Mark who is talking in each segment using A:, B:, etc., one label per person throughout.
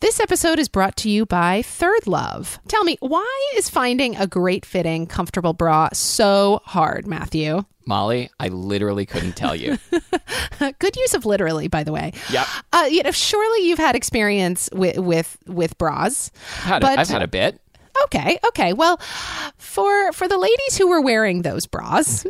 A: This episode is brought to you by Third Love. Tell me, why is finding a great fitting, comfortable bra so hard, Matthew?
B: Molly, I literally couldn't tell you.
A: Uh, Good use of literally, by the way.
B: Yep.
A: Uh, you know, surely you've had experience with with, with bras.
B: Had a-
A: But-
B: I've had a bit.
A: Okay, okay. Well, for for the ladies who were wearing those bras,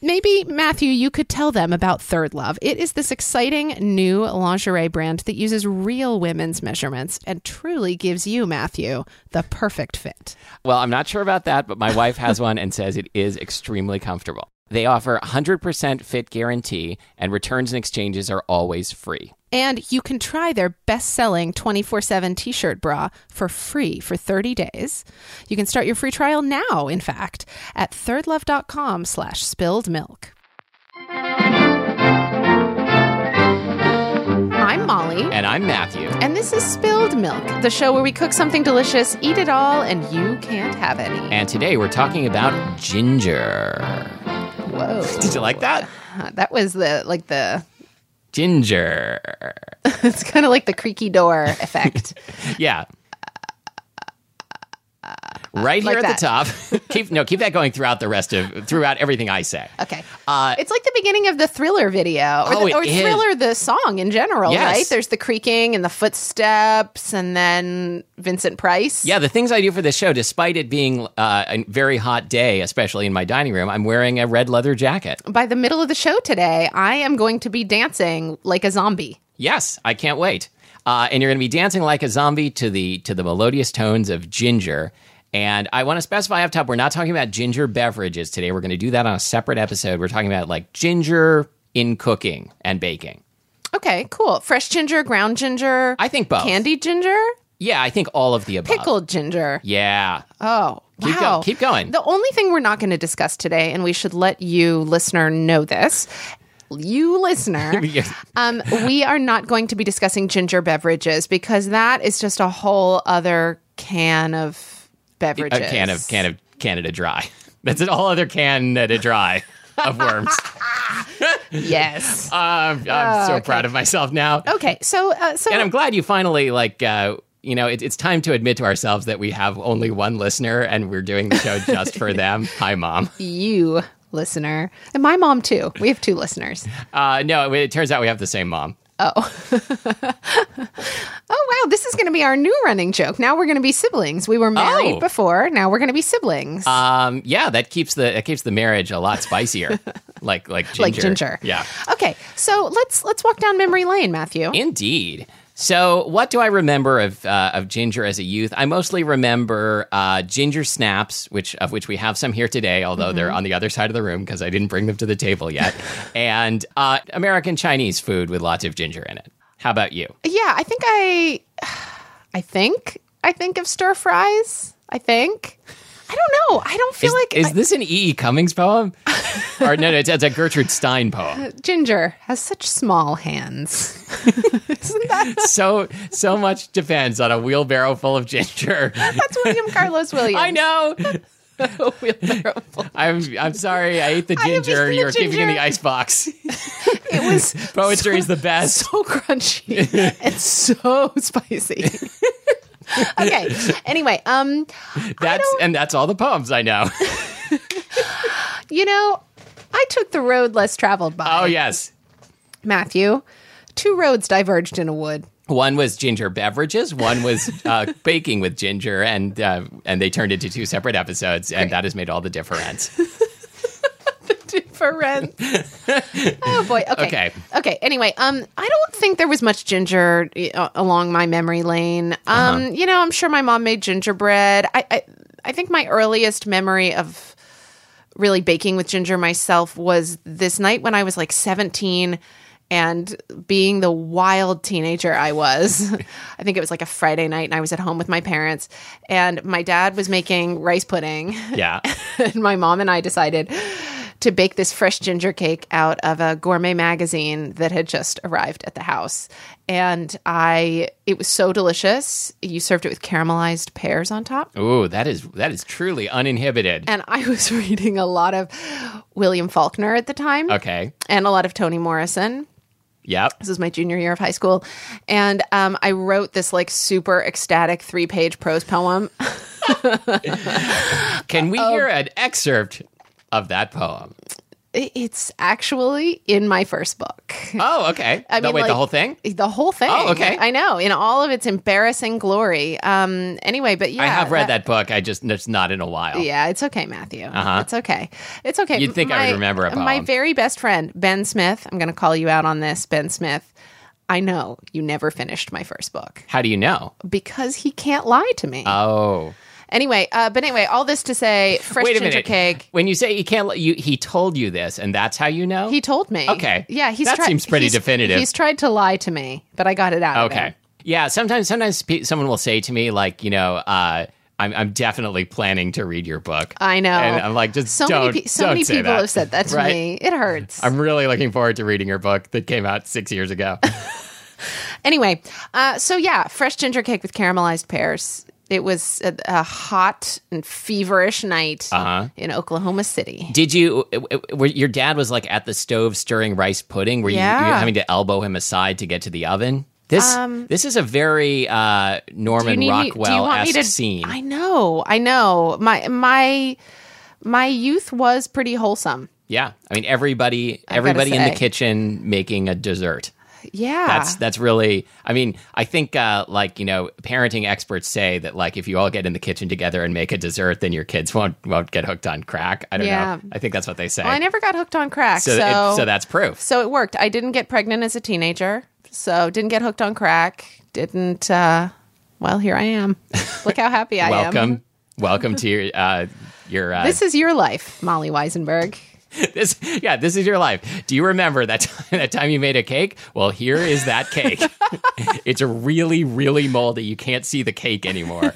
A: maybe Matthew, you could tell them about Third Love. It is this exciting new lingerie brand that uses real women's measurements and truly gives you, Matthew, the perfect fit.
B: Well, I'm not sure about that, but my wife has one and says it is extremely comfortable. They offer 100% fit guarantee, and returns and exchanges are always free.
A: And you can try their best selling 24 7 t shirt bra for free for 30 days. You can start your free trial now, in fact, at thirdlove.com slash spilled milk. I'm Molly,
B: And I'm Matthew.
A: and this is Spilled Milk, the show where we cook something delicious, eat it all, and you can't have any.
B: And today we're talking about ginger.
A: Whoa.
B: Did you like that?
A: That was the, like, the,
B: Ginger.
A: it's kind of like the creaky door effect.
B: Yeah. Right here
A: Like
B: at the top. keep no, keep that going throughout the rest of throughout everything I say.
A: Okay.
B: Uh,
A: it's like the beginning of the thriller video, or,
B: Oh,
A: the,
B: it
A: or
B: is.
A: thriller the song in general,
B: Yes.
A: right? There's the creaking and the footsteps, and then Vincent Price.
B: Yeah, the things I do for this show, despite it being uh, a very hot day, especially in my dining room, I'm wearing a red leather jacket.
A: By the middle of the show today, I am going to be dancing like a zombie.
B: Yes, I can't wait. Uh, and you're going to be dancing like a zombie to the to the melodious tones of Ginger. And I want to specify up top, we're not talking about ginger beverages today. We're going to do that on a separate episode. We're talking about like ginger in cooking and baking.
A: Okay, cool. Fresh ginger, ground ginger,
B: I Uh, think both.
A: candied ginger,
B: Yeah, I think all of the above.
A: pickled ginger.
B: Yeah.
A: Oh,
B: Keep
A: wow.
B: go- keep going.
A: The only thing we're not going to discuss today, and we should let you, listener, know this. You, listener, um, we are not going to be discussing ginger beverages because that is just a whole other can of
B: a
A: beverages.
B: can of can of Canada Dry. That's an all other Canada Dry of worms.
A: Yes.
B: Um, I'm so proud of myself now.
A: okay. So, uh, so
B: and I'm glad you finally like. Uh, you know, it, it's time to admit to ourselves that we have only one listener, and we're doing the show just for them. Hi, mom.
A: you, listener, and my mom too. We have two listeners.
B: Uh, no, it turns out we have the same mom.
A: Oh wow, this is going to be our new running joke. Now we're going to be siblings. We were married
B: Oh.
A: before. Now we're going to be siblings.
B: Um, yeah, that keeps the that keeps the marriage a lot spicier. like like ginger.
A: like ginger.
B: Yeah.
A: Okay, so let's let's walk down memory lane, Matthew.
B: Indeed. So, what do I remember of uh, of ginger as a youth? I mostly remember uh, ginger snaps, which of which we have some here today, although they're
A: Mm-hmm.
B: on the other side of the room because I didn't bring them to the table yet, and uh, American Chinese food with lots of ginger in it. How about you?
A: yeah, I think I, I think I think of stir fries. I think I don't know. I don't feel
B: Is,
A: like
B: is
A: I-
B: this an E. E. Cummings poem? or no, no, it's, it's a Gertrude Stein poem.
A: ginger has such small hands. Isn't that
B: So so much depends on a wheelbarrow full of ginger.
A: that's William Carlos Williams?
B: I know.
A: wheelbarrow full.
B: I'm I'm sorry. I ate the
A: I was
B: ginger.
A: the
B: You're keeping in
A: ginger.
B: the icebox.
A: It was
B: Poetry is the best.
A: so Oh, crunchy and so spicy. okay. Anyway, um,
B: That's
A: don't-
B: and that's all the poems I know.
A: you know, I took the road less traveled by.
B: Oh yes.
A: Matthew. Two roads diverged in a wood.
B: One was ginger beverages. One was uh, baking with ginger, and uh, and they turned into two separate episodes, and that has made all the difference.
A: Different. oh boy. Okay.
B: Okay.
A: Okay. Anyway, um, I don't think there was much ginger uh, along my memory lane. Um, you know, I'm sure my mom made gingerbread. I, I, I think my earliest memory of really baking with ginger myself was this night when I was like 17 and being the wild teenager I was. I think it was like a Friday night and I was at home with my parents and my dad was making rice pudding
B: Yeah.
A: and my mom and I decided to bake this fresh ginger cake out of a gourmet magazine that had just arrived at the house. And I it was so delicious. You served it with caramelized pears on top.
B: Ooh, that is that is truly uninhibited.
A: And I was reading a lot of William Faulkner at the time
B: Okay.
A: and a lot of Toni Morrison.
B: Yep.
A: This was my junior year of high school. And um, I wrote this like super ecstatic three page prose poem.
B: Can
A: Uh,
B: we hear
A: um,
B: an excerpt of that poem?
A: It- It's actually in my first book.
B: Oh, okay.
A: I
B: No,
A: mean,
B: wait, the
A: like-
B: whole thing.
A: The whole thing.
B: Oh, okay.
A: I know, in all of its embarrassing glory. Um. Anyway, but yeah,
B: I have read that, book. I just it's not in a while.
A: Yeah, it's okay, Matthew.
B: Uh-huh.
A: It's okay. It's okay.
B: You'd think I would remember a
A: My
B: poem.
A: very best friend, Ben Smith. I'm going to call you out on this, Ben Smith. I know you never finished my first book
B: How do you know?
A: because he can't lie to me.
B: Oh,
A: anyway, uh, but anyway, all this to say, fresh
B: wait a
A: ginger
B: minute.
A: cake.
B: When you say he can't, let you he told you this, and that's how you know.
A: He told me.
B: Okay.
A: Yeah, he's
B: That
A: tried-
B: seems pretty
A: he's-
B: definitive.
A: He's tried to lie to me, but I got it out. Of him.
B: Okay. Yeah. Sometimes, sometimes pe- someone will say to me, like, you know, uh, I'm, I'm definitely planning to read your book.
A: I know.
B: And I'm like, just
A: so
B: don't.
A: many, pe- so
B: don't
A: many
B: say
A: people
B: that.
A: have said that to
B: Right?
A: me. It hurts.
B: I'm really looking forward to reading your book that came out six years ago.
A: anyway, uh, so yeah, fresh ginger cake with caramelized pears. It was a, a hot and feverish night
B: Uh-huh.
A: in Oklahoma City.
B: Did you? w- w- Were, your dad was like at the stove stirring rice pudding. Were you, were you
A: Yeah. Um,
B: having to elbow him aside to get to the oven? This this is a very uh, Norman Rockwell esque scene.
A: I know, I know. My my my youth was pretty wholesome.
B: yeah, I mean everybody everybody in the
A: say.
B: kitchen making a dessert.
A: Yeah,
B: That's that's really. I mean, I think uh, like you know, parenting experts say that like if you all get in the kitchen together and make a dessert, then your kids won't won't get hooked on crack. I don't
A: Yeah.
B: know. I think that's what they say.
A: well, I never got hooked on crack, so
B: so it, so that's proof.
A: so it worked. I didn't get pregnant as a teenager, so didn't get hooked on crack. Didn't. uh Well, here I am. Look how happy I am.
B: Welcome, welcome to your uh, your uh,
A: This is your life, Molly Weisenberg.
B: this yeah this is your life do you remember that time, that time you made a cake well here is that cake it's really really moldy you can't see the cake anymore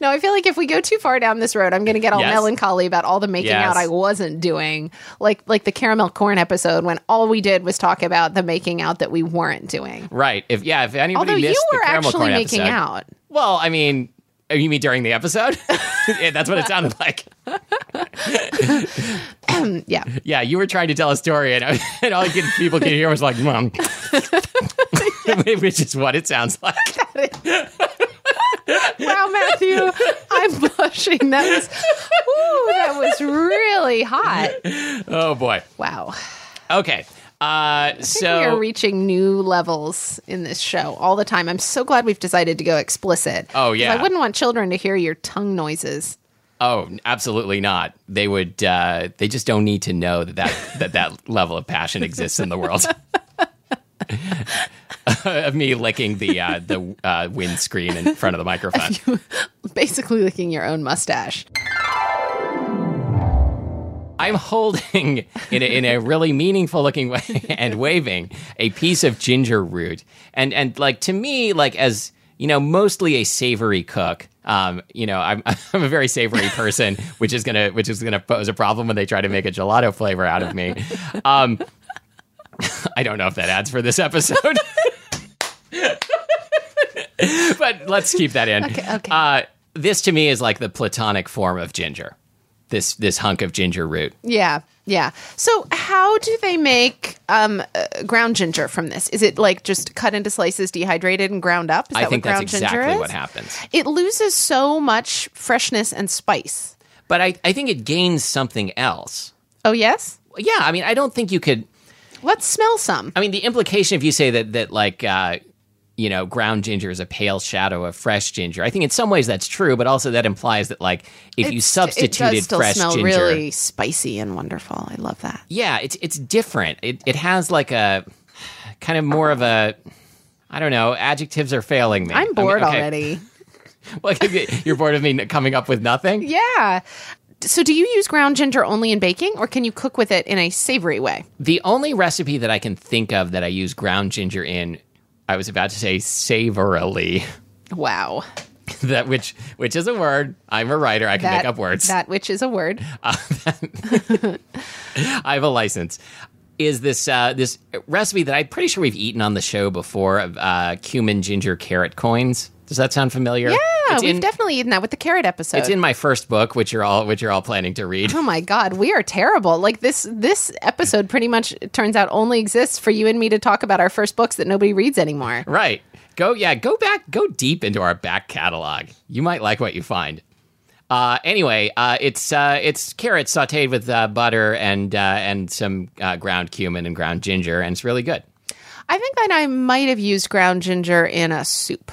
A: No, I feel like if we go too far down this road, I'm going to get all
B: Yes.
A: melancholy about all the making
B: Yes.
A: out I wasn't doing, like like the caramel corn episode when all we did was talk about the making out that we weren't doing.
B: right if yeah if anybody
A: Although
B: missed
A: you were
B: the caramel
A: actually
B: corn
A: making
B: episode,
A: out.
B: well i mean oh, you mean during the episode Yeah, that's what it sounded like
A: Yeah.
B: yeah you were trying to tell a story and, I, and all you could, people could hear was like mom which is what it sounds like
A: Wow, Matthew, I'm blushing. That was ooh, that was really hot.
B: oh boy
A: Wow.
B: okay uh so
A: we are reaching new levels in this show all the time. I'm so glad we've decided to go explicit.
B: Oh,
A: 'Cause
B: yeah.
A: I wouldn't want children to hear your tongue noises.
B: Oh, absolutely not. They would. Uh, they just don't need to know that that, that, that level of passion exists in the world. of me licking the uh, the uh, windscreen in front of the microphone.
A: Basically, licking your own mustache.
B: I'm holding in a, in a really meaningful looking way and waving a piece of ginger root, and and like to me, like as you know, mostly a savory cook. Um, you know, I'm I'm a very savory person, which is gonna which is gonna pose a problem when they try to make a gelato flavor out of me. Um, I don't know if that adds for this episode. but let's keep that in.
A: Okay, okay.
B: Uh, This to me is like the platonic form of ginger. This this hunk of ginger root.
A: Yeah, yeah. So, how do they make um, uh, ground ginger from this? Is it like just cut into slices, dehydrated, and ground up? Is
B: I think
A: what ground
B: that's exactly
A: ginger is?
B: what happens.
A: It loses so much freshness and spice.
B: But I, I think it gains something else.
A: Oh yes,
B: Yeah, I mean, I don't think you could.
A: let's smell some.
B: I mean, the implication if you say that that like uh, you know ground ginger is a pale shadow of fresh ginger, I think in some ways that's true, but also that implies that like if you
A: It's- it
B: substituted
A: does still
B: fresh
A: smell
B: ginger,
A: really spicy and wonderful. I love that.
B: yeah, it's it's different. It it has like a kind of more of a I don't know. Adjectives are failing me. I
A: I'm
B: mean,
A: bored
B: okay.
A: already.
B: Well, You're bored of me coming up with nothing.
A: Yeah. So, do you use ground ginger only in baking, or can you cook with it in a savory way?
B: The only recipe that I can think of that I use ground ginger in, I was about to say savorily,
A: Wow,
B: that which which is a word. I'm a writer. I can
A: that,
B: make up words. Uh,
A: That which is a word.
B: I have a license. Is this uh, this recipe that I'm pretty sure we've eaten on the show before of uh, cumin ginger carrot coins? Does that sound familiar? Yeah,
A: Yeah,
B: it's
A: Ah, we've
B: in,
A: definitely eaten that with the carrot episode.
B: it's in my first book, which you're all which you're all planning to read.
A: Oh my god, we are terrible. Like this this episode pretty much it turns out only exists for you and me to talk about our first books that nobody reads anymore.
B: Right. Go, yeah, go back, go deep into our back catalog. You might like what you find. Uh, anyway, uh, it's uh, it's carrots sautéed with uh, butter and uh, and some uh, ground cumin and ground ginger, and it's really good.
A: I think that I might have used ground ginger in a soup.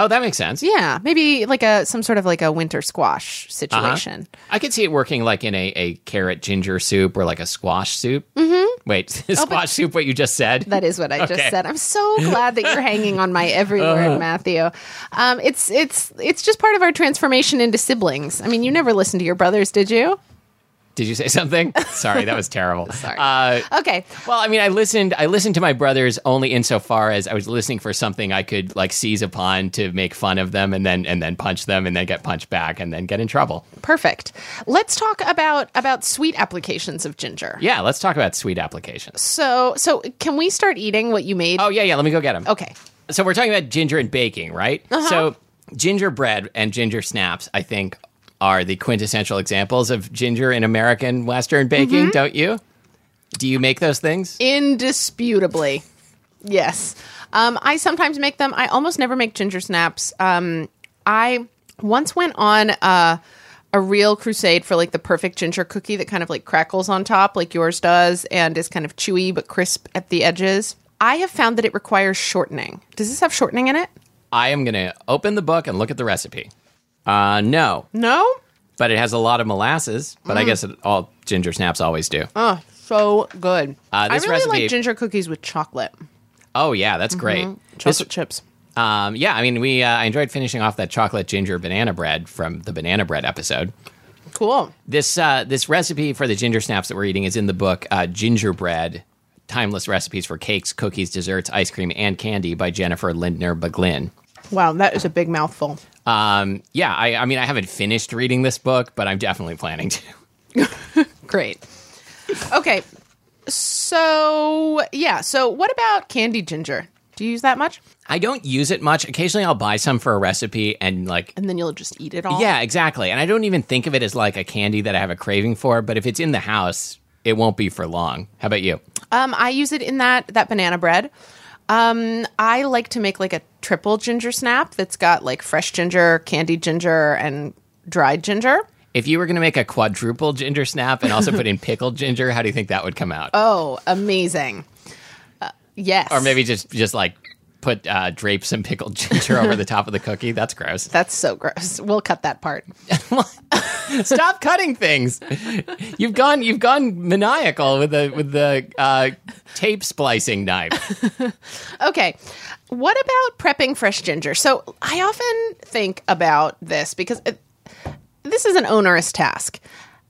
B: Oh, that makes sense.
A: Yeah, maybe like a some sort of like a winter squash situation.
B: I could see it working like in a, a carrot ginger soup or like a squash soup. Mm-hmm. Wait, squash soup? What you just said?
A: That is what I just
B: Okay.
A: said. I'm so glad that you're hanging on my every word, Matthew. Um, it's it's it's just part of our transformation into siblings. I mean, you never listened to your brothers, did you?
B: Did you say something? Sorry, that was terrible. Uh, Sorry.
A: Okay,
B: Well, I mean, I listened. I listened to my brothers only insofar as I was listening for something I could like seize upon to make fun of them, and then and then punch them, and then get punched back, and then get in trouble.
A: perfect. Let's talk about about sweet applications of ginger.
B: Yeah, let's talk about sweet applications.
A: So, so can we start eating what you made?
B: Oh yeah, yeah. Let me go get them.
A: Okay.
B: So we're talking about ginger and baking, right? So gingerbread and ginger snaps, I think, are the quintessential examples of ginger in American Western baking. Don't you? Do you make those things?
A: Indisputably. Yes. Um, I sometimes make them. I almost never make ginger snaps. Um, I once went on a, a real crusade for like the perfect ginger cookie that kind of like crackles on top, like yours does, and is kind of chewy but crisp at the edges. I have found that it requires shortening. Does this have shortening in it?
B: I am going to open the book and look at the recipe. Uh, no.
A: No.
B: but it has a lot of molasses. But I guess it, all ginger snaps always do.
A: Oh, so good.
B: Uh,
A: I
B: this
A: really
B: recipe-
A: like ginger cookies with chocolate,
B: oh yeah, that's great. This,
A: chocolate chips.
B: um, yeah, I mean, we uh, I enjoyed finishing off that chocolate ginger banana bread from the banana bread episode.
A: Cool.
B: This uh, this recipe for the ginger snaps that we're eating is in the book uh, Gingerbread: Timeless Recipes for Cakes, Cookies, Desserts, Ice Cream, and Candy by Jennifer Lindner Baglin.
A: Wow, that is a big mouthful.
B: Um, yeah, I, I mean, I haven't finished reading this book, but I'm definitely planning to.
A: Great. Okay. So, yeah. So, what about candy ginger? Do you use that much?
B: I don't use it much. Occasionally, I'll buy some for a recipe and like
A: And then you'll just eat it all?
B: Yeah, exactly. And I don't even think of it as like a candy that I have a craving for, but if it's in the house, it won't be for long. How about you?
A: Um, I use it in that that banana bread. Um, I like to make like a triple ginger snap that's got like fresh ginger, candied ginger, and dried ginger.
B: If you were going to make a quadruple ginger snap and also put in pickled ginger, how do you think that would come out?
A: Oh, amazing. Uh, yes.
B: or maybe just just like put uh, drape some pickled ginger over the top of the cookie. That's gross.
A: that's so gross. We'll cut that part.
B: Stop cutting things. You've gone you've gone maniacal with the with the uh, tape splicing knife.
A: Okay. What about prepping fresh ginger? So I often think about this because it, this is an onerous task.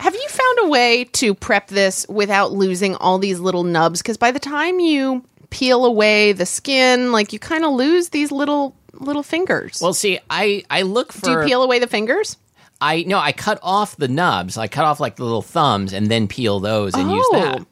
A: Have you found a way to prep this without losing all these little nubs? Because by the time you peel away the skin, like you kind of lose these little little fingers.
B: Well, see, I I look for
A: Do you peel away the fingers?
B: I no, I cut off the nubs. I cut off like the little thumbs and then peel those and use that.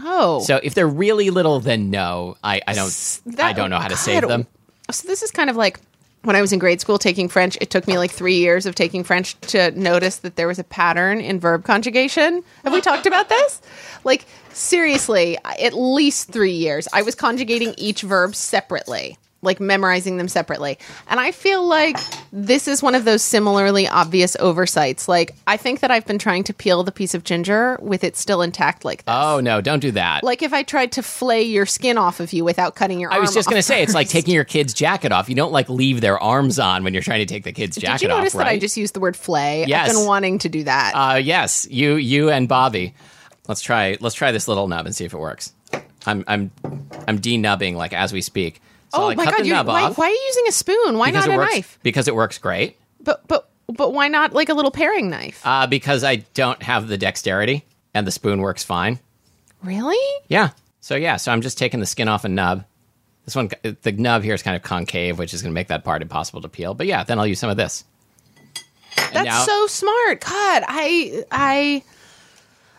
A: Oh,
B: So if they're really little, then no, I, I don't I
A: That-
B: don't know how to
A: God.
B: save them.
A: So this is kind of like when I was in grade school taking French, it took me like three years of taking French to notice that there was a pattern in verb conjugation. Have we talked about this? Like, seriously, at least three years. I was conjugating each verb separately, like memorizing them separately. And I feel like this is one of those similarly obvious oversights. Like, I think that I've been trying to peel the piece of ginger with it still intact like this.
B: Oh no, don't do that.
A: like if I tried to flay your skin off of you without cutting your
B: I was
A: arm
B: just going to
A: off
B: say it's like
A: first.
B: taking your kid's jacket off. You don't like leave their arms on when you're trying to take the kid's jacket
A: Did you notice
B: off, right?
A: that I just used the word flay?
B: Yes.
A: I've been wanting to do that.
B: uh, yes, you you and Bobby. Let's try let's try this little nub and see if it works. I'm I'm I'm denubbing like as we speak. So
A: oh
B: like,
A: my
B: cut
A: god!
B: the
A: you-
B: nub
A: why,
B: off
A: why are you using a spoon? Why
B: because
A: not
B: it
A: a
B: works
A: knife?
B: because it works great.
A: But but but why not like a little paring knife?
B: Uh, because I don't have the dexterity and the spoon works fine.
A: really?
B: Yeah. So yeah, so I'm just taking the skin off a nub. This one, the nub here is kind of concave, which is going to make that part impossible to peel. But yeah, then I'll use some of this. And
A: That's
B: now-
A: so smart. God, I I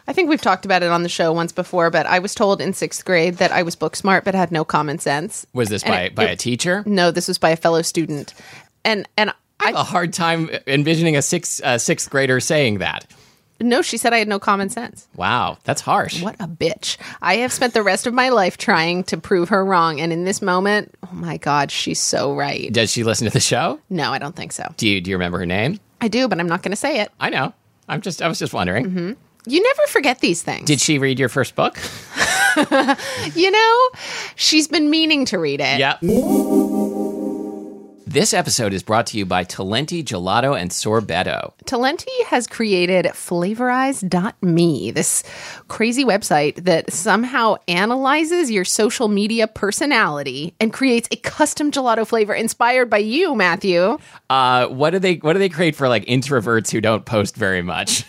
A: I think we've talked about it on the show once before, but I was told in sixth grade that I was book smart but had no common sense.
B: Was this
A: And
B: by
A: it-
B: by
A: it-
B: a teacher?
A: No, this was by a fellow student, and and I
B: A hard time envisioning a sixth uh, sixth grader saying that.
A: no, she said I had no common sense.
B: Wow, that's harsh.
A: What a bitch. I have spent the rest of my life trying to prove her wrong. And in this moment, oh my God, she's so right.
B: Does she listen to the show?
A: No, I don't think so.
B: Do you do you remember her name?
A: I do, but I'm not going to say it.
B: I know. I'm just I was just wondering.
A: Mm-hmm. You never forget these things.
B: Did she read your first book?
A: you know, she's been meaning to read it.
B: Yeah. This episode is brought to you by Talenti Gelato and Sorbetto.
A: Talenti has created flavorize.me, this crazy website that somehow analyzes your social media personality and creates a custom gelato flavor inspired by you, Matthew.
B: Uh, what do they What do they create for like introverts who don't post very much?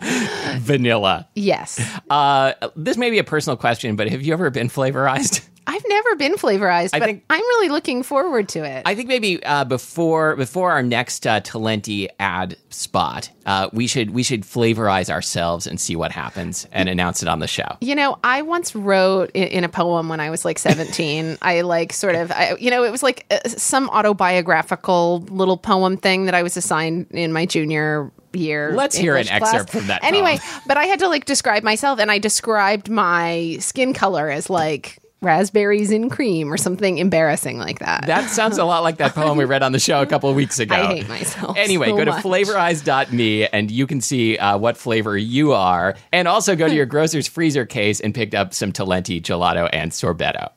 B: Vanilla.
A: Yes.
B: Uh, this may be a personal question, but have you ever been flavorized?
A: I've never been flavorized, but
B: think-
A: I'm really looking forward to it.
B: I think maybe uh, before before our next uh, Talenti ad spot, uh, we should we should flavorize ourselves and see what happens and announce it on the show.
A: You know, I once wrote i- in a poem when I was like 17. I like sort of, I, you know, it was like uh, some autobiographical little poem thing that I was assigned in my junior year.
B: Let's hear an
A: English class.
B: excerpt from that
A: Anyway,
B: poem.
A: but I had to like describe myself and I described my skin color as like raspberries in cream or something embarrassing like that.
B: That sounds a lot like that poem we read on the show a couple of weeks ago.
A: I hate myself
B: Anyway,
A: so
B: go to
A: much.
B: flavorize.me and you can see uh, what flavor you are. And also go to your grocer's freezer case and pick up some Talenti gelato and sorbetto.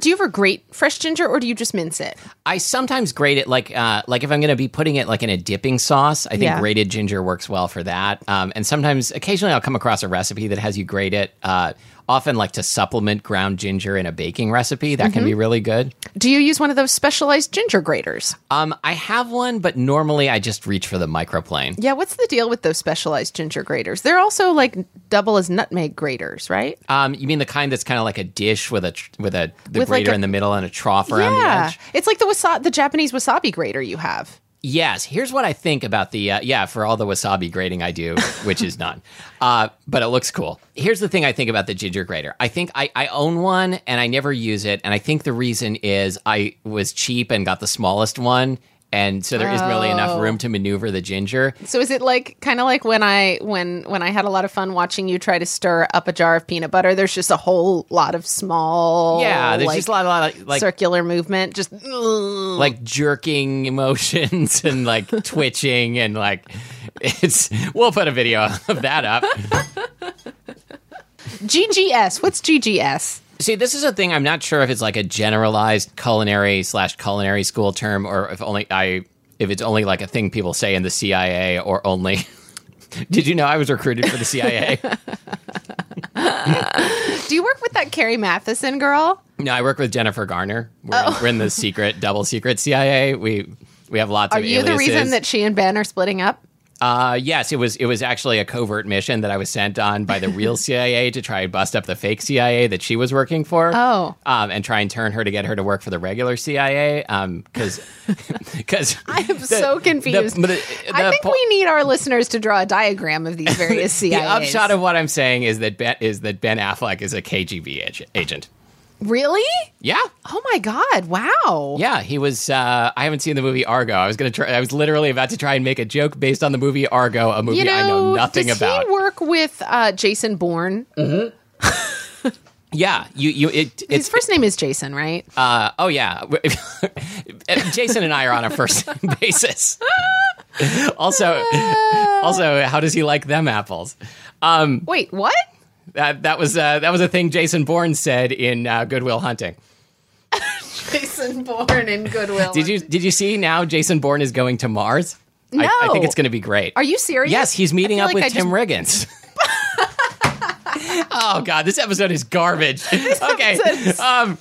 A: do you ever grate fresh ginger or do you just mince it?
B: I sometimes grate it like uh, like if I'm going to be putting it like in a dipping sauce. I think
A: Yeah.
B: grated ginger works well for that. Um, and sometimes, occasionally, I'll come across a recipe that has you grate it. Uh, often, like to supplement ground ginger in a baking recipe, that
A: Mm-hmm.
B: can be really good.
A: Do you use one of those specialized ginger graters?
B: Um, I have one, but normally I just reach for the microplane.
A: Yeah, what's the deal with those specialized ginger graters? They're also like double as nutmeg graters, right?
B: Um, you mean the kind that's kind of like a dish with a tr- with a the
A: With like
B: grater
A: a-
B: in the middle and a trough around the
A: yeah,
B: edge?
A: it's like the wasa- the Japanese wasabi grater you have.
B: Yes. Here's what I think about the uh, yeah for all the wasabi grating I do, which is none, uh, but it looks cool. Here's the thing I think about the ginger grater. I think I, I own one and I never use it, and I think the reason is I was cheap and got the smallest one. And so there not really
A: Oh.
B: enough room to maneuver the ginger.
A: So is it like kind of like when I when when I had a lot of fun watching you try to stir up a jar of peanut butter? There's just a whole lot of small,
B: Yeah, there's
A: Oh, like,
B: just a lot, a lot of like
A: circular movement. Just mm.
B: like jerking emotions and like twitching and like it's we'll put a video of that up
A: GGS. What's GGS?
B: see this is a thing i'm not sure if it's like a generalized culinary slash culinary school term or if only i if it's only like a thing people say in the cia or only did you know i was recruited for the cia
A: Do you work with that Carrie Matheson girl?
B: no i work with jennifer garner we're,
A: Oh.
B: in- we're in the secret double secret cia we we have lots
A: Are
B: of
A: you the
B: aliases.
A: reason that she and Ben are splitting up?
B: Uh, yes, it was. It was actually a covert mission that I was sent on by the real CIA to try and bust up the fake CIA that she was working for.
A: Oh.
B: um, and try and turn her to get her to work for the regular CIA. Um, because because
A: I am so confused. I think we need our listeners to draw a diagram of these various CIAs.
B: The upshot of what I'm saying is that ben, is that Ben Affleck is a KGB ag- agent.
A: Really?
B: Yeah.
A: Oh my God. Wow.
B: Yeah, he was. Uh, I haven't seen the movie Argo. I was gonna try. I was literally about to try and make a joke based on the movie Argo, a movie
A: You know,
B: I know nothing
A: does
B: about.
A: he work with uh, Jason Bourne?
B: yeah, you, you, it,
A: His
B: it's.
A: first name is Jason, right?
B: Uh, oh yeah, Jason and I are on a first name basis. also, also, how does he like them apples?
A: Wait, what?
B: That that was uh, that was a thing Jason Bourne said in uh, Goodwill Hunting.
A: Jason Bourne in Goodwill.
B: Did you did you see now Jason Bourne is going to Mars? I, I
A: No.
B: think it's going to be great.
A: Are you serious?
B: Yes, he's meeting
A: I
B: up
A: feel
B: with
A: like I
B: Tim Riggins. oh God, this episode is garbage. okay,
A: episode is
B: um,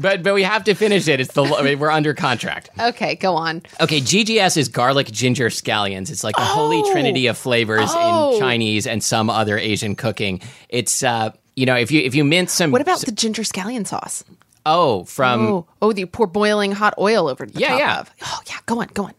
B: but but we have to finish it. It's the I mean, we're under contract.
A: Just, okay, go on.
B: Okay, GGS is garlic ginger scallions. It's like the holy
A: Oh.
B: trinity of flavors
A: Oh.
B: in Chinese and some other Asian cooking. It's uh, you know if you if you mince some
A: What about the ginger scallion sauce?
B: oh from
A: Oh, oh, you pour boiling hot oil over the
B: Yeah,
A: top
B: yeah.
A: of. Oh, yeah. Go on, go on.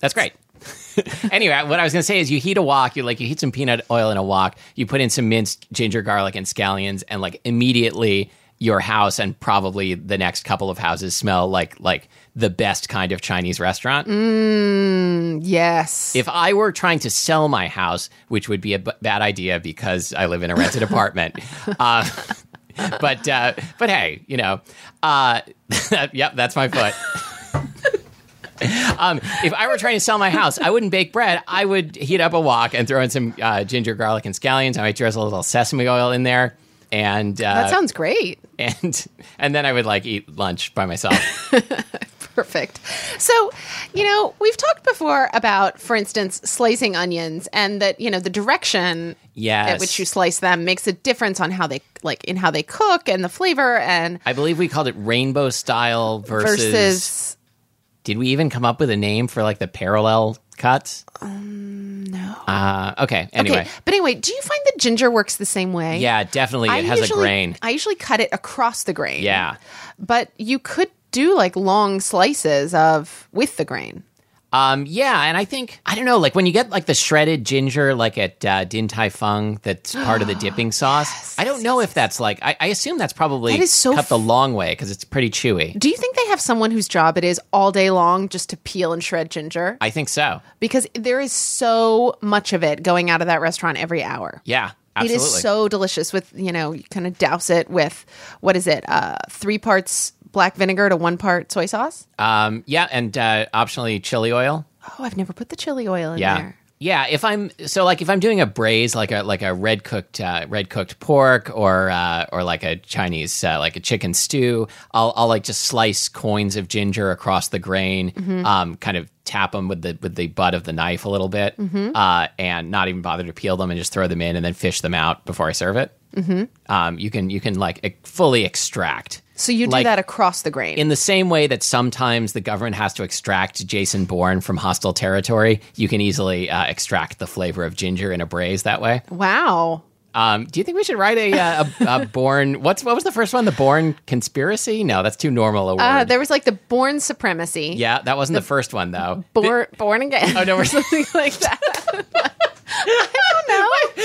B: That's great. anyway, what I was going to say is you heat a wok, you like you heat some peanut oil in a wok, you put in some minced ginger, garlic and scallions and like immediately your house and probably the next couple of houses smell like like the best kind of Chinese restaurant.
A: Yes.
B: If I were trying to sell my house, which would be a b- bad idea because I live in a rented apartment, uh, but uh, but hey, you know, uh, yep, that's my foot. Um, if I were trying to sell my house, I wouldn't bake bread. I would heat up a wok and throw in some uh, ginger, garlic, and scallions. I might drizzle a little sesame oil in there, and
A: that
B: uh,
A: sounds great.
B: and and then I would like eat lunch by myself.
A: Perfect. So, you know, we've talked before about, for instance, slicing onions and that, you know, the direction
B: Yes,
A: at which you slice them makes a difference on how they like in how they cook and the flavor and
B: I believe we called it rainbow style
A: versus
B: did we even come up with a name for like the parallel cuts? Um, no. Uh, okay. Anyway.
A: Okay. But anyway, do you find that ginger works the same way?
B: Yeah, definitely. It
A: I
B: has
A: usually,
B: a grain.
A: I usually cut it across the grain.
B: Yeah.
A: But you could do like long slices of with the grain.
B: Um, yeah, and I think I don't know, like when you get like the shredded ginger, like at uh, Din Tai Fung, that's part of the dipping sauce. I don't know if that's like I, I assume that's probably
A: That is so
B: cut the
A: f-
B: long way because it's pretty chewy.
A: Do you think they have someone whose job it is all day long just to peel and shred ginger?
B: I think so.
A: because there is so much of it going out of that restaurant every hour.
B: Yeah, absolutely.
A: It is so delicious with, you know, you kind of douse it with, what is it, uh, three parts black vinegar to one part soy sauce?
B: um, yeah, and uh, optionally chili oil.
A: Oh, I've never put the chili oil in
B: Yeah.
A: there.
B: Yeah, if I'm so like if I'm doing a braise like a like a red cooked uh, red cooked pork or uh, or like a Chinese uh, like a chicken stew, I'll I'll like just slice coins of ginger across the grain,
A: Mm-hmm.
B: um, kind of tap them with the with the butt of the knife a little bit,
A: Mm-hmm.
B: uh, and not even bother to peel them and just throw them in and then fish them out before I serve it. Mm-hmm. Um, you can you can like e- fully extract
A: So you do
B: Like-
A: that across the grain.
B: in the same way that sometimes the government has to extract Jason Bourne from hostile territory, you can easily uh, extract the flavor of ginger in a braise that way.
A: wow.
B: Um, do you think we should write a, uh, a, a Bourne? What's what was the first one? The Bourne conspiracy? No, that's too normal a word.
A: Uh, there was like the born supremacy.
B: yeah, that wasn't the, first one though.
A: Born, born again.
B: Oh, no,
A: or
B: we're-
A: something like that.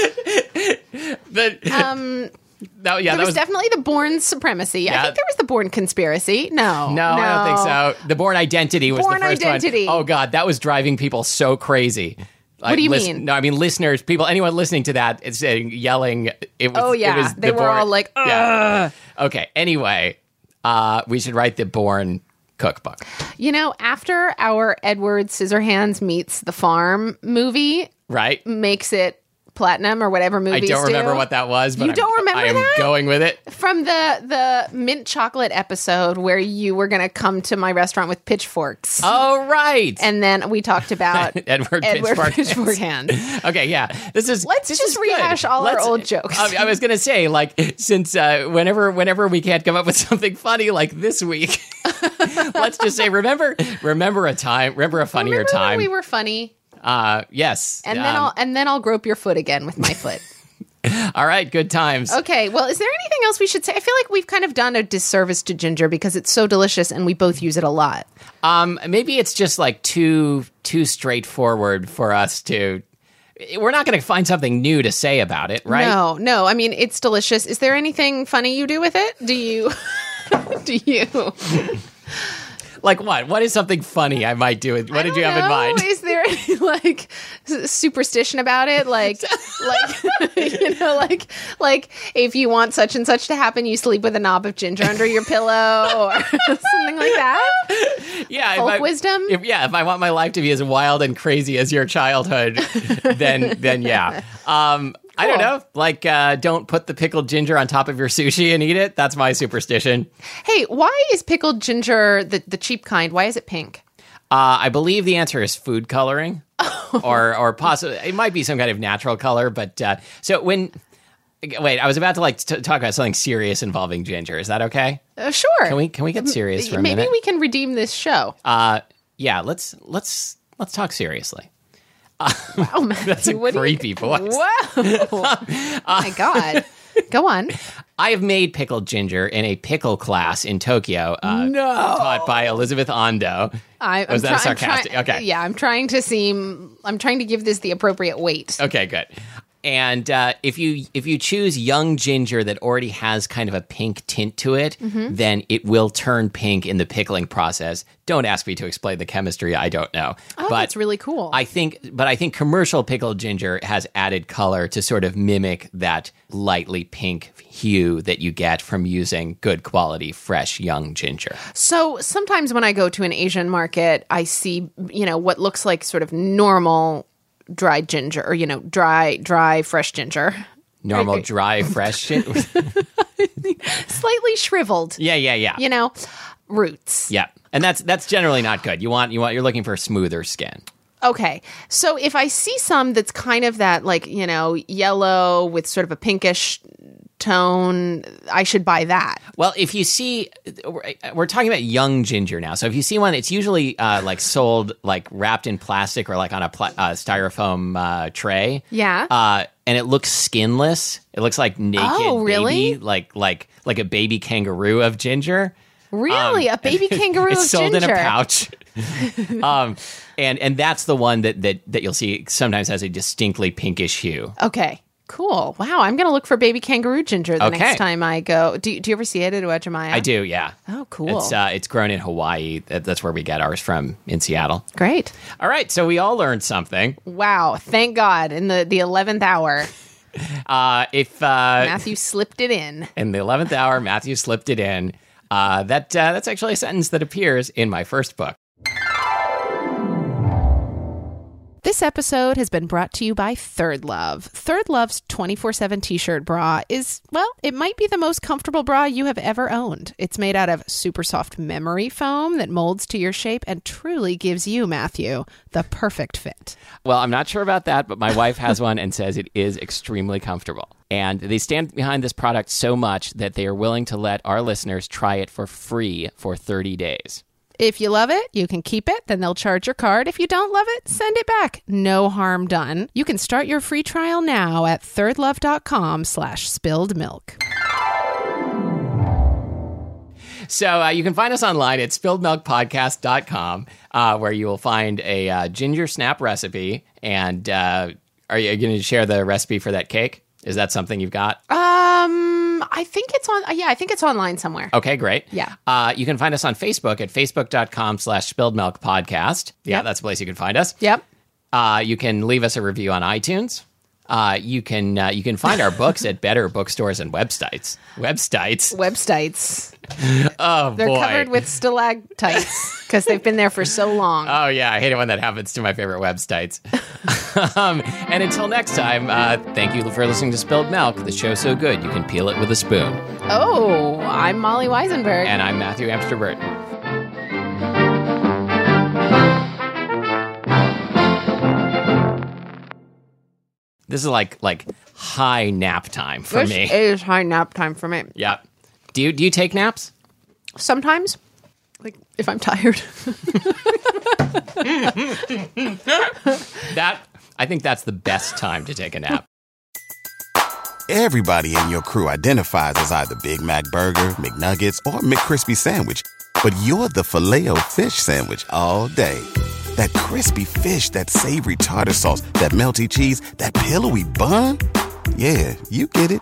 B: The, um, that, yeah,
A: There
B: that
A: was,
B: was.
A: definitely the born supremacy. I
B: Yeah.
A: think there was the born conspiracy. No.
B: no, I don't think so. The Bourne Identity was
A: Bourne
B: the first
A: Identity.
B: one. Oh God, that was driving people so crazy. Like,
A: do you
B: lis-
A: mean?
B: No, I mean listeners, people, anyone listening to that, it's uh, yelling. It was.
A: Oh, yeah.
B: it was
A: they
B: the
A: were
B: Bourne-
A: all like, Ugh.
B: Yeah. Okay. Anyway, uh, we should write the Born cookbook.
A: You know, after our Edward Scissorhands meets the farm movie
B: Right?
A: makes it platinum or whatever
B: I
A: movies
B: don't remember
A: do,
B: what that was, but
A: You
B: I'm-
A: don't remember
B: I am
A: that?
B: going with it.
A: from the the mint chocolate episode where you were going to come to my restaurant with pitchforks.
B: Oh right.
A: And then we talked about
B: Edward
A: Edward
B: Pitchfork.
A: Pitchfork Hands.
B: okay, yeah. This is
A: Let's
B: this
A: just
B: is good.
A: rehash all our old jokes.
B: I, I was gonna say, like, since uh, whenever whenever we can't come up with something funny, like this week, let's just say, remember remember a time, remember a funnier
A: Remember
B: time.
A: when we were funny?
B: uh, yes.
A: And then
B: um,
A: I'll and then I'll grope your foot again with my foot.
B: all right, good times.
A: Okay. Well, is there anything else we should say? I feel like we've kind of done a disservice to ginger because it's so delicious and we both use it a lot.
B: Um, maybe it's just like too too straightforward for us to. we're not going to find something new to say about it, right?
A: No, no. I mean, it's delicious. Is there anything funny you do with it? Do you? do you?
B: Like what? What is something funny I might do? With, what did you have in
A: No?
B: mind?
A: Is there any like s- superstition about it? Like, like you know, like like if you want such and such to happen, you sleep with a knob of ginger under your pillow or something like that.
B: Yeah, if
A: Folk
B: I-
A: wisdom?
B: If, yeah, if I want my life to be as wild and crazy as your childhood, then then yeah. Um, I don't
A: Cool.
B: know. Like, uh, don't put the pickled ginger on top of your sushi and eat it. That's my superstition.
A: Hey, why is pickled ginger the the cheap kind? Why is it pink?
B: Uh, I believe the answer is food coloring, or or possibly it might be some kind of natural color. But uh, so when wait, I was about to like t- talk about something serious involving ginger. Is that okay?
A: Uh, sure.
B: Can we can we get serious for a
A: Maybe
B: minute?
A: we can redeem this show.
B: uh, yeah, let's let's let's talk seriously.
A: oh, Matthew,
B: That's a
A: what do you-
B: creepy voice.
A: Whoa! oh my god. Go on.
B: I have made pickled ginger in a pickle class in Tokyo, uh, taught by Elizabeth Ondo.
A: I,
B: Was that
A: try- try-
B: sarcastic? Okay.
A: Yeah, I'm trying to seem. I'm trying to give this the appropriate weight.
B: Okay, good. And uh, if you if you choose young ginger that already has kind of a pink tint to it,
A: Mm-hmm.
B: then it will turn pink in the pickling process. Don't ask me to explain the chemistry; I don't know.
A: Oh, that's really cool.
B: I think, but I think commercial pickled ginger has added color to sort of mimic that lightly pink hue that you get from using good quality fresh young ginger.
A: so sometimes when I go to an Asian market, I see you know what looks like sort of normal dried ginger, or you know dry dry fresh ginger,
B: Normal, dry, fresh. gin-
A: slightly shriveled.
B: yeah, yeah, yeah,
A: You know, roots.
B: yeah. And that's that's generally not good. You want you want you're looking for smoother skin.
A: Okay. So if I see some that's kind of that like, you know, yellow with sort of a pinkish tone, I should buy that.
B: Well, if you see, we're- we're talking about young ginger now. So if you see one, it's usually uh, like sold like wrapped in plastic or like on a pla- uh, styrofoam uh, tray.
A: Yeah.
B: Uh, and it looks skinless. It looks like naked.
A: Oh, really?
B: baby- like like like a baby kangaroo of ginger.
A: Really? a baby kangaroo
B: Um, it's
A: of
B: sold
A: ginger.
B: in a pouch. um, and and that's the one that that that you'll see sometimes has a distinctly pinkish hue.
A: Okay. Cool. Wow. I'm going to look for baby kangaroo ginger the
B: Okay.
A: next time I go. Do, do you ever see it at Uejimaya?
B: I do, yeah.
A: Oh, cool.
B: It's uh, it's grown in Hawaii. That, that's where we get ours from in Seattle.
A: Great.
B: All right, so we all learned something.
A: Wow. Thank God. In the, the 11th hour,
B: Uh, if uh,
A: Matthew slipped it in.
B: in the eleventh hour, Matthew slipped it in. Uh, that uh, that's actually a sentence that appears in my first book.
A: This episode has been brought to you by Third Love. Third Love's 24 7 t shirt bra is, well, it might be the most comfortable bra you have ever owned. It's made out of super soft memory foam that molds to your shape and truly gives you, Matthew, the perfect fit.
B: Well, I'm not sure about that, but my wife has one and says it is extremely comfortable. And they stand behind this product so much that they are willing to let our listeners try it for free for 30 days.
A: If you love it, you can keep it, then they'll charge your card. If you don't love it, send it back. No harm done. You can start your free trial now at thirdlove.com slash spilled milk.
B: So uh, you can find us online at spilledmilkpodcast.com, uh, where you will find a uh, ginger snap recipe. And uh, are you going to share the recipe for that cake? Is that something you've got?
A: Oh. Um, I think it's on, yeah, I think it's online somewhere.
B: Okay, great.
A: Yeah.
B: Uh, you can find us on Facebook at facebook.com slash spilled milk podcast. Yeah, that's a place you can find us.
A: Yep.
B: Uh, you can leave us a review on iTunes. Uh, you can uh, you can find our books at better bookstores and websites. Websites.
A: websites.
B: Oh
A: They're
B: boy.
A: covered with stalactites because they've been there for so long.
B: oh yeah, I hate it when that happens to my favorite websites. um, and until next time, uh, thank you for listening to Spilled Milk, the show so good you can peel it with a spoon.
A: oh, I'm Molly Weisenberg.
B: And I'm Matthew Amster Burton. This is like like high nap time for
A: this
B: me.
A: is high nap time for me.
B: Yeah. Do you do you take naps?
A: Sometimes, like if I'm tired.
B: That I think that's the best time to take a nap.
C: Everybody in your crew identifies as either Big Mac Burger, McNuggets, or McCrispy Sandwich. But you're the filet fish Sandwich all day. That crispy fish, that savory tartar sauce, that melty cheese, that pillowy bun. Yeah, you get it